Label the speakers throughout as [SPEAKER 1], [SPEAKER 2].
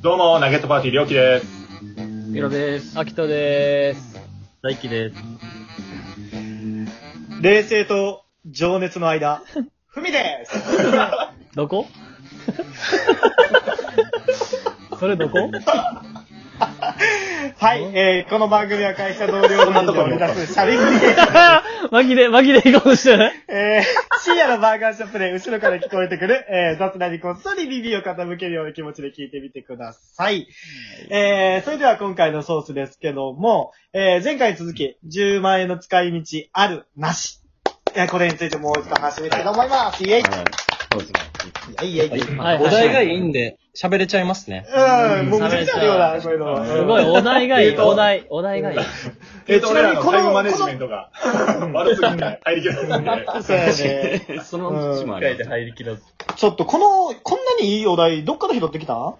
[SPEAKER 1] どうも、ナゲットパーティー、りょうきです。
[SPEAKER 2] ピロです。
[SPEAKER 3] 秋人でーす。
[SPEAKER 2] 大輝です。
[SPEAKER 4] 冷静と情熱の間。 ふみ です
[SPEAKER 3] どこそれ どこ
[SPEAKER 4] はい、えー、この番組は会社同僚の人を目指すしゃべり、
[SPEAKER 3] 紛れ、紛れ行こうとしてない
[SPEAKER 4] えー、深夜のバーガーショップで後ろから聞こえてくる、えー、雑談にこっそり耳を傾けるような気持ちで聞いてみてください。えー、それでは今回のソースですけども、えー、前回に続き、10万円の使い道ある、なし。えー、これについてもう一度話してみたいと思います。イェイ
[SPEAKER 2] そうです
[SPEAKER 4] イェイイェイイ
[SPEAKER 2] ね。
[SPEAKER 4] ェイ
[SPEAKER 3] はい
[SPEAKER 2] お題がいいんで、喋れちゃいますね。
[SPEAKER 4] うん、もうめちゃくちゃあるような、こういう の。
[SPEAKER 3] すごい、お題がい
[SPEAKER 1] えー
[SPEAKER 3] い、
[SPEAKER 1] と
[SPEAKER 3] お題、お題がいい。
[SPEAKER 1] えっと、
[SPEAKER 4] ち
[SPEAKER 1] 俺
[SPEAKER 4] なみ
[SPEAKER 1] らの
[SPEAKER 4] にこの
[SPEAKER 1] タイムマネジメントが悪すぎ て入りきらずんで。
[SPEAKER 4] そうやね。
[SPEAKER 2] その節もある。で入りきらず。
[SPEAKER 4] ちょっとこの、こんなにいいお題、どっから拾ってきた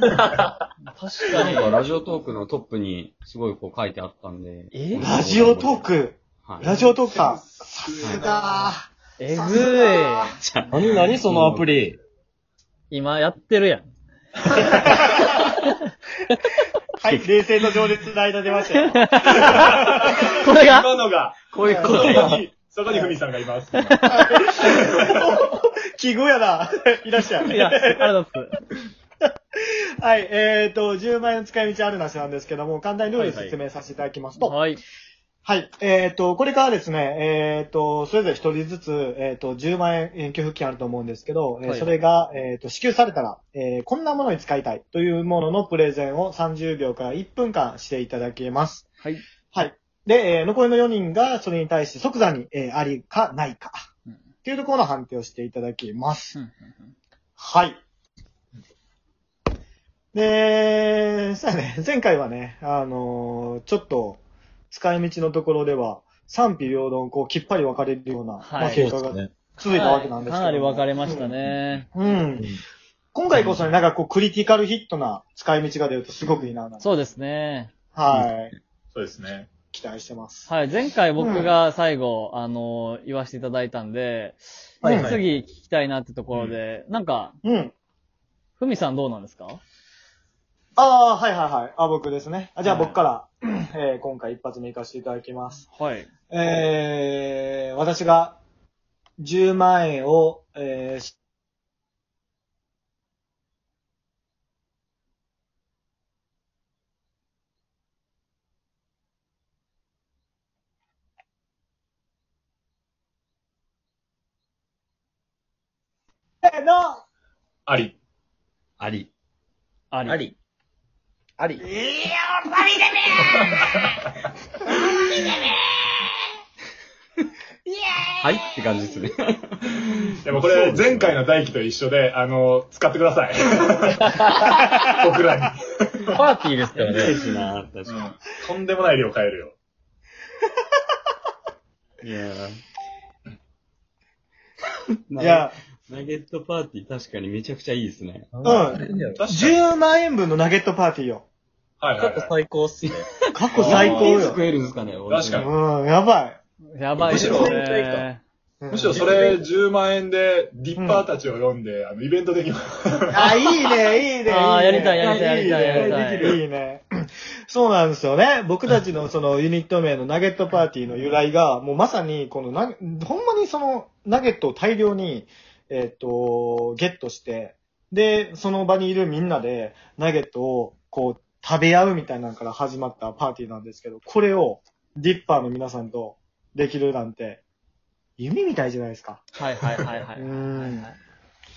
[SPEAKER 3] 確か
[SPEAKER 2] なんか
[SPEAKER 3] に。
[SPEAKER 2] ラジオトークのトップにすごいこう書いてあったんで。
[SPEAKER 3] え
[SPEAKER 4] ラジオトーク。
[SPEAKER 2] はい。
[SPEAKER 4] ラジオトークさん。さすが
[SPEAKER 3] えぐ
[SPEAKER 2] 何何そのアプリ。
[SPEAKER 3] い。今やってるやん。
[SPEAKER 4] はい、冷静の情熱の間出ました よ。
[SPEAKER 3] これが、
[SPEAKER 1] 今のが、
[SPEAKER 2] こういうこと
[SPEAKER 1] そこに、そこにふみさんがいます。
[SPEAKER 4] 奇遇やな。 いらっしゃ
[SPEAKER 3] いや、あ
[SPEAKER 4] い。
[SPEAKER 3] りがとうございます。
[SPEAKER 4] はい、えーと、10万円の使い道あるなしなんですけども、簡単にルールを説明させていただきますと、
[SPEAKER 3] はい。
[SPEAKER 4] はい。えっ、と、これからですね、えっ、と、それぞれ一人ずつ、えっ、と、10万円給付金あると思うんですけど、えー
[SPEAKER 3] はい
[SPEAKER 4] それが、えっ、と、支給されたら、えーこんなものに使いたいというもののプレゼンを30秒から1分間していただけます。
[SPEAKER 3] はい。
[SPEAKER 4] はい。で、えー残りの4人がそれに対して即座に、えーありかないか、
[SPEAKER 3] うん
[SPEAKER 4] っていうところの判定をしていただきます。
[SPEAKER 3] うんうん
[SPEAKER 4] はい。で、そうやね、前回はね、あのーちょっと、使い道のところでは、賛否両論、こう、きっぱり分かれるような、
[SPEAKER 3] はい
[SPEAKER 4] ま
[SPEAKER 3] そ
[SPEAKER 4] あ、
[SPEAKER 3] う
[SPEAKER 4] 結
[SPEAKER 3] で
[SPEAKER 4] 果が
[SPEAKER 2] ね。
[SPEAKER 4] 続いたわけなんですけども、
[SPEAKER 3] かなり分かれましたね。
[SPEAKER 4] うん。うん。今回こそね、なんかこう、クリティカルヒットな使い道が出るとすごくいいな、なんて
[SPEAKER 3] そうですね。
[SPEAKER 4] はい。
[SPEAKER 1] そうですね。
[SPEAKER 4] 期待してます。
[SPEAKER 3] はい。前回僕が最後、あの、言わせていただいたんで、
[SPEAKER 4] はい
[SPEAKER 1] はい
[SPEAKER 3] 次聞きたいなってところで、なんか、
[SPEAKER 4] うん。
[SPEAKER 3] ふみさんどうなんですか
[SPEAKER 4] ああー、はいはいはい。あ、僕ですね。あじゃあ
[SPEAKER 3] はい
[SPEAKER 4] 僕から、えー今回一発目行かせていただきます。
[SPEAKER 3] はい。
[SPEAKER 4] えー、私が10万円を、えーしせーの
[SPEAKER 1] あり。
[SPEAKER 2] あり。
[SPEAKER 3] あり。
[SPEAKER 2] り。あり。 はいって感じですね。
[SPEAKER 1] でもこれ、前回の大輝と一緒で、あの、使ってくださ い。僕らに。
[SPEAKER 2] パーティーですからね。嬉しいな、確
[SPEAKER 1] う
[SPEAKER 2] か
[SPEAKER 1] んとんでもない量買えるよ。
[SPEAKER 2] に。いやー。
[SPEAKER 4] いや、
[SPEAKER 2] ナゲットパーティー確かにめちゃくちゃいいですね。
[SPEAKER 4] うん。
[SPEAKER 1] 確かに。
[SPEAKER 4] 10万円分のナゲットパーティーよ。
[SPEAKER 1] はいはいはい。
[SPEAKER 2] 最高っすね。
[SPEAKER 4] 過去最高
[SPEAKER 2] いつ
[SPEAKER 4] よ。
[SPEAKER 2] 食えるんですかね
[SPEAKER 1] 確かに
[SPEAKER 4] うん、やばい。
[SPEAKER 3] やばいです
[SPEAKER 1] むし
[SPEAKER 3] ね。
[SPEAKER 4] うん
[SPEAKER 1] むしろそれ10万円で、ディッパーたちを読んで、あの、イベントできます。
[SPEAKER 4] あ、いいね、いいね。
[SPEAKER 3] ああ、
[SPEAKER 4] い
[SPEAKER 3] や
[SPEAKER 4] ね
[SPEAKER 3] りたい、やりたい、やりたい、やり
[SPEAKER 4] い
[SPEAKER 3] た
[SPEAKER 4] い
[SPEAKER 3] い。
[SPEAKER 4] ねいいね。そうなんですよね。僕 たちのそのユニット名のナゲットパーティーの由来が、もうまさにこのな、ほんまにそのナゲットを大量に、えっ、と、ゲットして、で、その場にいるみんなでナゲットをこう食べ合うみたいなのから始まったパーティーなんですけど、これをディッパーの皆さんとできるなんて、夢みたいじゃないですか。
[SPEAKER 3] はいはいはいは
[SPEAKER 4] う
[SPEAKER 3] い。
[SPEAKER 4] ん。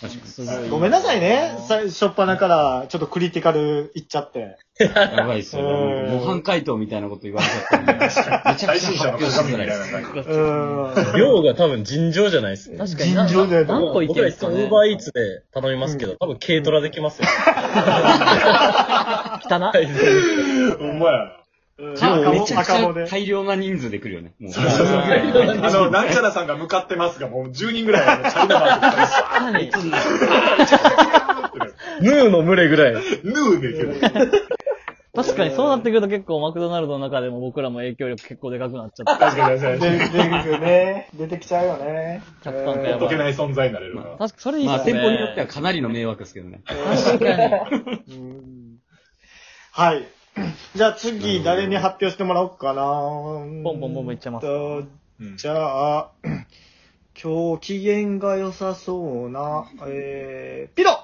[SPEAKER 2] 確か
[SPEAKER 3] すごい。
[SPEAKER 4] ごめんなさいね。
[SPEAKER 3] さ
[SPEAKER 4] 最初っ端から、ちょっとクリティカルいっちゃって。
[SPEAKER 2] に。やばいっすよ。
[SPEAKER 4] うん
[SPEAKER 2] 模範解答みたいなこと言われちゃったんで。めちゃくちゃ
[SPEAKER 1] 配信
[SPEAKER 2] 発
[SPEAKER 1] 者の
[SPEAKER 2] 表し
[SPEAKER 1] 鏡
[SPEAKER 2] づ
[SPEAKER 1] みたい
[SPEAKER 2] らいで
[SPEAKER 1] な
[SPEAKER 2] す。
[SPEAKER 1] 感じ。
[SPEAKER 4] うん。
[SPEAKER 5] 量が多分尋常じゃないですね。
[SPEAKER 3] 確かにな
[SPEAKER 4] 尋常だよ
[SPEAKER 3] 何
[SPEAKER 4] な
[SPEAKER 3] 個いけ
[SPEAKER 5] 僕
[SPEAKER 3] るん
[SPEAKER 5] らい
[SPEAKER 3] です
[SPEAKER 5] つ
[SPEAKER 3] か
[SPEAKER 5] もウ
[SPEAKER 3] ね
[SPEAKER 5] ー。バーイーツで頼みますけ
[SPEAKER 4] うん
[SPEAKER 5] ど、多分軽トラできますよ。
[SPEAKER 3] 汚な。
[SPEAKER 1] ほんまやな。
[SPEAKER 4] 赤
[SPEAKER 2] めち
[SPEAKER 4] も
[SPEAKER 2] ゃくち
[SPEAKER 4] 赤も
[SPEAKER 2] ゃ
[SPEAKER 4] で。
[SPEAKER 2] 大量な人数で来るよね。もう。
[SPEAKER 1] そうそうそう
[SPEAKER 3] う
[SPEAKER 1] あの、なんちゃらさんが向かってますが、もう10人ぐらいのチャイナマークが
[SPEAKER 3] 確かに。
[SPEAKER 5] ヌーの群れぐらい。
[SPEAKER 1] ぬーでけど。
[SPEAKER 3] 確かにそうなってくると結構マクドナルドの中でも僕らも影響力結構でかくなっちゃっ
[SPEAKER 1] 確かに確か
[SPEAKER 4] 出
[SPEAKER 1] に。
[SPEAKER 4] てくるね。出てきちゃうよね。
[SPEAKER 3] 客観が
[SPEAKER 4] え
[SPEAKER 3] や
[SPEAKER 4] ー
[SPEAKER 3] ば
[SPEAKER 1] 解けない存在になれる
[SPEAKER 3] た。
[SPEAKER 1] な。
[SPEAKER 3] 確かそれいい
[SPEAKER 2] ま
[SPEAKER 3] で
[SPEAKER 2] あ、
[SPEAKER 3] すね。
[SPEAKER 2] 店舗によってはかなりの迷惑ですけどね。
[SPEAKER 3] 確かに。
[SPEAKER 4] うんはい。じゃあ次、誰に発表してもらおうかな。ポン
[SPEAKER 3] ポンポンポンいっちゃいます
[SPEAKER 1] うん
[SPEAKER 4] じゃあ、今日機嫌が良さそうな、えー、ピロ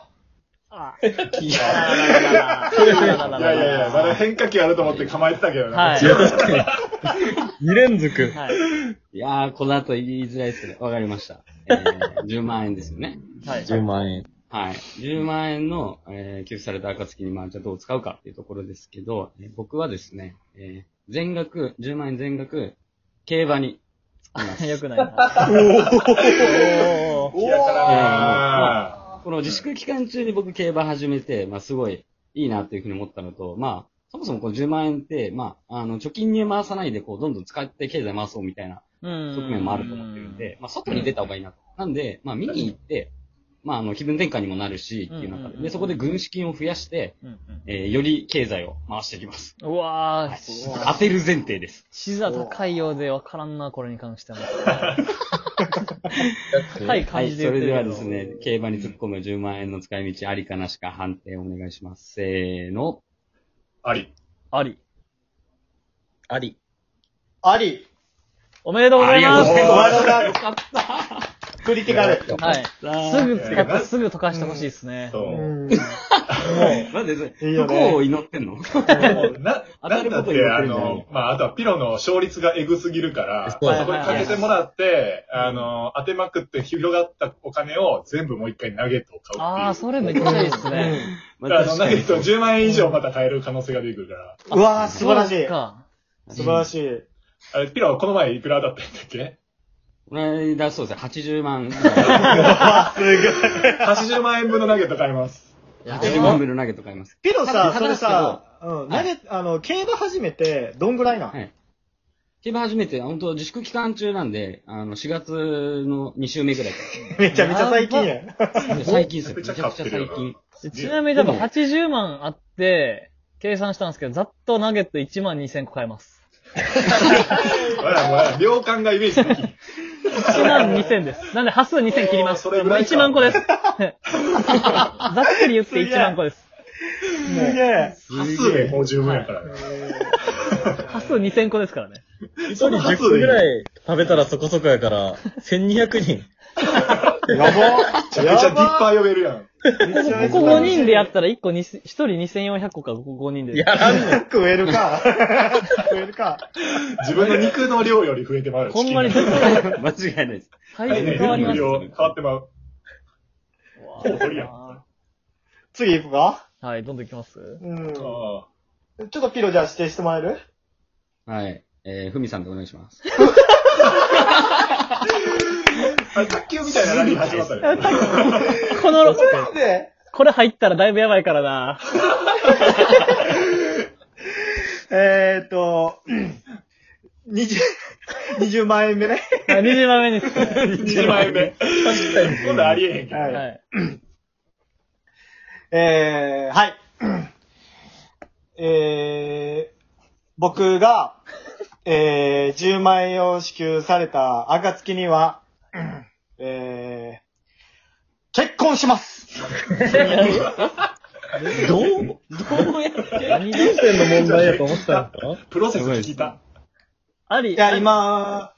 [SPEAKER 3] あ
[SPEAKER 1] いやいやいや、まだ変化球あると思って構えてたけどね。
[SPEAKER 3] はい
[SPEAKER 5] いや、確かに。2連続。
[SPEAKER 3] はい。
[SPEAKER 2] いやー、この後言いづらいですけど、わかりました。えー、10万円ですよね。
[SPEAKER 3] はい。
[SPEAKER 5] 10万円。
[SPEAKER 2] はい。10万円の、えー給付された暁に、まあ、じゃあどう使うかっていうところですけど、えー僕はですね、えー全額、10万円全額、競馬に使います。
[SPEAKER 3] よく ないな。おー
[SPEAKER 1] いやからな
[SPEAKER 2] この自粛期間中に僕競馬始めて、まあ、すごいいいなっていうふうに思ったのと、まあ、そもそもこの10万円って、まあ、あの、貯金に回さないで、こう、どんどん使って経済回そうみたいな
[SPEAKER 3] うん
[SPEAKER 2] 側面もあると思ってるんで、まあ、外に出た方がいいなと。なんで、まあ、見に行って、まあ、あの、気分転換にもなるし、ってい
[SPEAKER 3] うん
[SPEAKER 2] う
[SPEAKER 3] うんう
[SPEAKER 2] 中
[SPEAKER 3] ん
[SPEAKER 2] で、で、そこで軍資金を増やして、
[SPEAKER 3] うんうん
[SPEAKER 2] えーより経済を回していきます。
[SPEAKER 3] うわ
[SPEAKER 2] はい
[SPEAKER 3] ぁ、
[SPEAKER 2] 当てる前提です。
[SPEAKER 3] 視座高いようでわからんな、これに関しては。高い
[SPEAKER 2] は
[SPEAKER 3] 感
[SPEAKER 2] い、
[SPEAKER 3] じ
[SPEAKER 2] そ
[SPEAKER 3] で言っ
[SPEAKER 2] れ
[SPEAKER 3] て
[SPEAKER 2] で
[SPEAKER 3] る
[SPEAKER 2] は
[SPEAKER 3] けど。
[SPEAKER 2] ですね、競馬に突っ込む10万円の使い道ありかなしか判定をお願いします。せーの。
[SPEAKER 1] あり。
[SPEAKER 3] あり。
[SPEAKER 5] あり。
[SPEAKER 4] あり
[SPEAKER 3] おめでとうございます。
[SPEAKER 1] りがとうございます
[SPEAKER 4] よかったクリティカル。
[SPEAKER 3] はい。すぐ使って、すぐ溶かしてほしいですね。
[SPEAKER 1] そうう。
[SPEAKER 4] ん
[SPEAKER 2] なんでそれ、
[SPEAKER 4] いいよ
[SPEAKER 2] 不
[SPEAKER 4] ね
[SPEAKER 2] 幸を祈ってんの
[SPEAKER 1] な、なんだって、あの、まあ、あとはピロの勝率がエグすぎるから、
[SPEAKER 5] そう
[SPEAKER 1] そこにかけてもらって、あの、当てまくって広がったお金を全部もう一回ナゲットを買うっていう。
[SPEAKER 3] ああ、それめっちゃいいですね。
[SPEAKER 2] ま
[SPEAKER 1] だから
[SPEAKER 2] あ
[SPEAKER 1] その
[SPEAKER 2] 確
[SPEAKER 1] ナゲ
[SPEAKER 2] かに
[SPEAKER 1] ットを10万円以上また買える可能性が出てくるから。
[SPEAKER 4] うわー、素晴らし
[SPEAKER 3] そう
[SPEAKER 4] い。
[SPEAKER 3] か。
[SPEAKER 4] 素晴らしい。
[SPEAKER 1] あれ、ピロ、この前いくらだったんだっけ
[SPEAKER 2] この間、そうですね、80万。
[SPEAKER 1] ?80 万円分のナゲット買います。
[SPEAKER 2] 80万分の投げと買います。
[SPEAKER 4] ピロさ、
[SPEAKER 2] さっ
[SPEAKER 4] それ
[SPEAKER 2] き話した
[SPEAKER 4] さ、うん、投げ、あの、競馬始めて、どんぐらいなん、
[SPEAKER 2] はい。競馬初めて、本当自粛期間中なんで、あの、4月の2週目ぐらいか
[SPEAKER 4] めちゃめちゃ最近や。
[SPEAKER 2] ら。最近です
[SPEAKER 1] め
[SPEAKER 2] よ。め
[SPEAKER 1] ち
[SPEAKER 2] ち
[SPEAKER 1] ゃ
[SPEAKER 2] ゃ
[SPEAKER 1] くちゃ
[SPEAKER 2] くちゃ最
[SPEAKER 3] ち
[SPEAKER 2] 近。
[SPEAKER 3] なみに多分80万あって、計算したんですけど、ざっとナゲット1万2000個買えます。
[SPEAKER 1] わらわら、量感がイメージできん
[SPEAKER 3] 1万2000です。なんで、端数2000切ります。
[SPEAKER 1] おーそれぐらいか
[SPEAKER 3] 1万個です。ざっくり言って1万個です。
[SPEAKER 4] すげえ。
[SPEAKER 1] 端数でもう十分やからね。
[SPEAKER 3] 端数2000個ですからね。
[SPEAKER 5] 一人10個ぐらい食べたらそこそこやから、1200人。
[SPEAKER 4] やば
[SPEAKER 1] めちゃくちゃディッパー呼べるやん。
[SPEAKER 4] めちゃめちゃ
[SPEAKER 3] ここ5人でやったら1個2、1人2400個か、5人で。
[SPEAKER 5] やらんの。
[SPEAKER 4] 食えるか。食えるか。
[SPEAKER 1] 自分の肉の量より増えてまうよ。
[SPEAKER 3] ほんまに
[SPEAKER 1] チキンが
[SPEAKER 2] 間違いないです。
[SPEAKER 3] 体
[SPEAKER 1] はい
[SPEAKER 3] 重変わります
[SPEAKER 1] 変
[SPEAKER 3] よ。
[SPEAKER 1] わってまう。ほぼやん。
[SPEAKER 4] 次行くか
[SPEAKER 3] はい、どんどんいきます。
[SPEAKER 4] うん。ちょ
[SPEAKER 1] あ
[SPEAKER 4] っとピロじゃあ指定してもらえる
[SPEAKER 2] はい。えー、ふみさんでお願いします。
[SPEAKER 1] ああれ卓球みたいなラリー始まったね。
[SPEAKER 3] この、
[SPEAKER 4] で、
[SPEAKER 3] これ入ったらだいぶやばいからな。
[SPEAKER 4] えーっと、20、20万円目ね。
[SPEAKER 3] 20番目にですね。
[SPEAKER 1] 1万円目。確かに。今度ありえへんけど。
[SPEAKER 4] はい
[SPEAKER 3] はい。
[SPEAKER 4] え ー、はい。えー、僕が、えー、10万円を支給された暁 には、えー、結婚します
[SPEAKER 5] どう
[SPEAKER 3] 何で
[SPEAKER 5] 点の問題やと思ってたのか
[SPEAKER 1] プロセス聞いた。
[SPEAKER 3] あり
[SPEAKER 4] いや、今、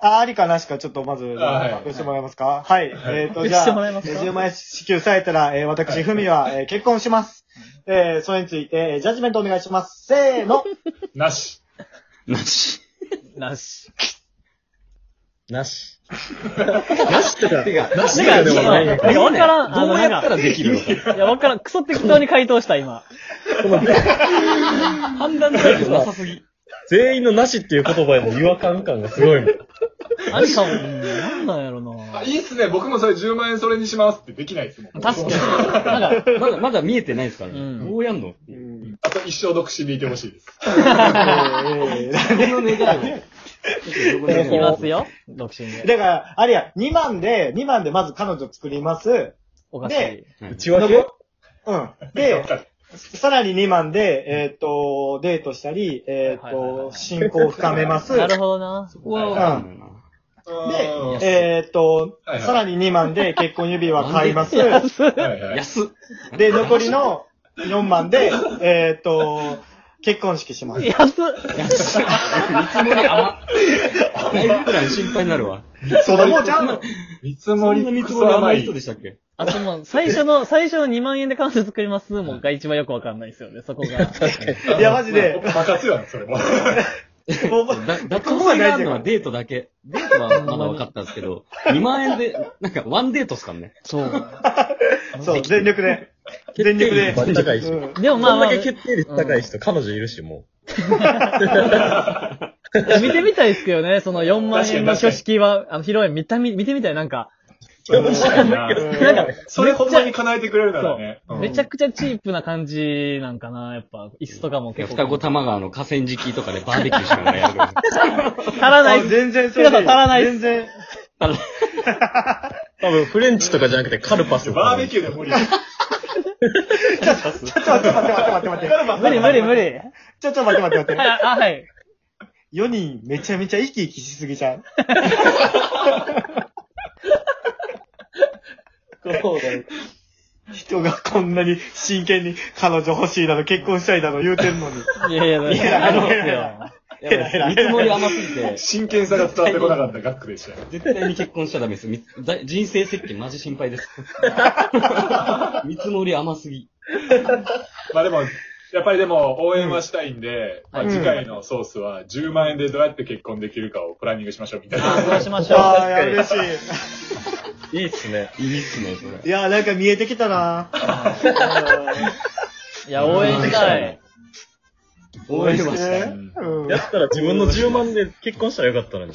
[SPEAKER 4] あありかなしかちょっとまず、発
[SPEAKER 1] はい
[SPEAKER 4] 表してもらえますかはい。えっ、と、
[SPEAKER 3] 発表
[SPEAKER 4] じ
[SPEAKER 3] し
[SPEAKER 4] ゃ
[SPEAKER 3] てもらえ
[SPEAKER 4] あ、
[SPEAKER 3] ますか
[SPEAKER 4] 10万円支給されたら、えー、私、ふみは、えー、結婚します。えー、それについて、えージャッジメントお願いします。せ ーの。
[SPEAKER 1] なし。
[SPEAKER 2] なし。
[SPEAKER 3] なし。
[SPEAKER 5] なし。なしとか、
[SPEAKER 2] てか、
[SPEAKER 5] なし
[SPEAKER 3] な
[SPEAKER 5] とか
[SPEAKER 3] んか、な
[SPEAKER 5] で
[SPEAKER 3] ん
[SPEAKER 5] もないんやけ
[SPEAKER 3] か、わからん、あ
[SPEAKER 2] ど
[SPEAKER 3] の、
[SPEAKER 2] う
[SPEAKER 3] なん
[SPEAKER 2] やった
[SPEAKER 3] か、
[SPEAKER 2] らできる のか。
[SPEAKER 3] いや、わからん、クソ適当に回答した、今。判断能力なさすぎ。
[SPEAKER 5] 全員のなしっていう言葉への違和感感がすごいもん。
[SPEAKER 3] ありかも、うんなんなんやろ
[SPEAKER 1] あ、
[SPEAKER 3] ない
[SPEAKER 1] いっすね。僕もそれ10万円それにしますってできないですもん。
[SPEAKER 3] 確かに。
[SPEAKER 2] なんか、まだ、まだ見えてないですから
[SPEAKER 3] う
[SPEAKER 2] ね。
[SPEAKER 3] ん
[SPEAKER 2] どうやんの
[SPEAKER 4] うん
[SPEAKER 1] あと一生独身でいてほしいです。
[SPEAKER 4] えー
[SPEAKER 2] この願いを。
[SPEAKER 3] いきますよ。独身で。
[SPEAKER 4] だから、あれや、2万で、2万でまず彼女作ります。
[SPEAKER 3] おかしい。
[SPEAKER 5] 内訳
[SPEAKER 4] うん。 で、さらに2万で、えーっ、と、デートしたり、えーっ、
[SPEAKER 3] はいはいはいは
[SPEAKER 4] と、
[SPEAKER 3] い
[SPEAKER 4] 親交を深めます。
[SPEAKER 3] なる
[SPEAKER 4] で、
[SPEAKER 3] ほどな。
[SPEAKER 2] ここはわかんないな。
[SPEAKER 1] うん
[SPEAKER 4] えーっ、と、
[SPEAKER 1] はいはい
[SPEAKER 4] さらに2万で結婚指輪買います。
[SPEAKER 3] 安っ
[SPEAKER 1] はいはい
[SPEAKER 2] 安っ。
[SPEAKER 4] で、残りの、 4万で、えーっと、結婚式します。
[SPEAKER 3] 安っ
[SPEAKER 2] 見積もり甘っ。ライブプラン心配になるわ。
[SPEAKER 4] それもちゃうの。
[SPEAKER 1] 見積
[SPEAKER 2] そ
[SPEAKER 1] も
[SPEAKER 2] ん
[SPEAKER 1] り
[SPEAKER 2] な見積
[SPEAKER 1] ク
[SPEAKER 2] もり
[SPEAKER 1] ソ
[SPEAKER 2] 甘
[SPEAKER 1] 甘
[SPEAKER 2] い
[SPEAKER 1] い
[SPEAKER 2] 人でしたっけ
[SPEAKER 3] あともう、最初の、最初の2万円で関節作りますもんが一番よくわかんないですよね、そこが。
[SPEAKER 4] いや、マジで、
[SPEAKER 1] 任すよね、それも。
[SPEAKER 4] もう
[SPEAKER 2] だ、だ、
[SPEAKER 4] こ
[SPEAKER 2] こ
[SPEAKER 4] こ
[SPEAKER 2] こ
[SPEAKER 4] が大事やから
[SPEAKER 2] があるのはデートだけ。デートはまだ分かったんです けど、2万円で、なんかワンデートっすからね。
[SPEAKER 3] そう。
[SPEAKER 4] そう、全力で。全力で。
[SPEAKER 5] バリ高いし。
[SPEAKER 4] うん
[SPEAKER 3] でもまあ
[SPEAKER 5] こん
[SPEAKER 3] まあ、
[SPEAKER 5] だけ
[SPEAKER 3] 見
[SPEAKER 5] 決定率高い人、彼女いるし、も
[SPEAKER 3] てみたいですけどね、その4万円の挙式は、あの、披露宴見たみ、見てみたい、なんか、
[SPEAKER 4] な
[SPEAKER 3] なんか、
[SPEAKER 1] それほんまに叶えてくれるならね。
[SPEAKER 4] そう
[SPEAKER 1] うん
[SPEAKER 3] めちゃくちゃチープな感じなんかな、やっぱ、椅子とかも
[SPEAKER 2] いや
[SPEAKER 3] 結構。
[SPEAKER 2] 双子玉川の河川敷とかでバーベキューしながらやるぐらい。
[SPEAKER 3] 足らない
[SPEAKER 4] あ全然そ
[SPEAKER 3] 皆さん足らないっす
[SPEAKER 4] 全然。
[SPEAKER 5] う。多分、フレンチとかじゃなくてカルパス。
[SPEAKER 1] バーベ
[SPEAKER 5] ュ
[SPEAKER 1] キューで無理。
[SPEAKER 4] ちょっと待って待って待って待って待っ て。
[SPEAKER 3] 無理無理無。理。
[SPEAKER 4] ちょっと待って待って待っ
[SPEAKER 3] はい、あ、はい。
[SPEAKER 4] て。4人めちゃめちゃ生き生きしすぎちゃう。人がこんなに真剣に彼女欲しいだの、結婚したいだの言うて んのに。
[SPEAKER 3] いやいや、
[SPEAKER 4] いや
[SPEAKER 3] あの
[SPEAKER 4] いやいや
[SPEAKER 2] やばいです見積もり甘すぎて、
[SPEAKER 1] 真剣さが伝わってこなかったガックでしたよ。
[SPEAKER 2] 絶対に結婚しちゃダメです。みだ人生設計マジ心 配です。見積もり甘すぎ。
[SPEAKER 1] まあでも、やっぱりでも応援はしたいんで、
[SPEAKER 3] う
[SPEAKER 1] まあ
[SPEAKER 3] ん
[SPEAKER 1] 次回のソースは10万円でどうやって結婚できるかをプランニングしましょうみたいな。
[SPEAKER 3] そうしましょう。
[SPEAKER 4] ああ、嬉し
[SPEAKER 5] ー。いいっすね。
[SPEAKER 2] いいっすね、それ。
[SPEAKER 4] い。いやー、なんか見えてきたな
[SPEAKER 3] うんいや、応援したい。
[SPEAKER 2] 応援はしたい。
[SPEAKER 4] うん
[SPEAKER 5] やったら自分の10万で結婚したらよかったのに。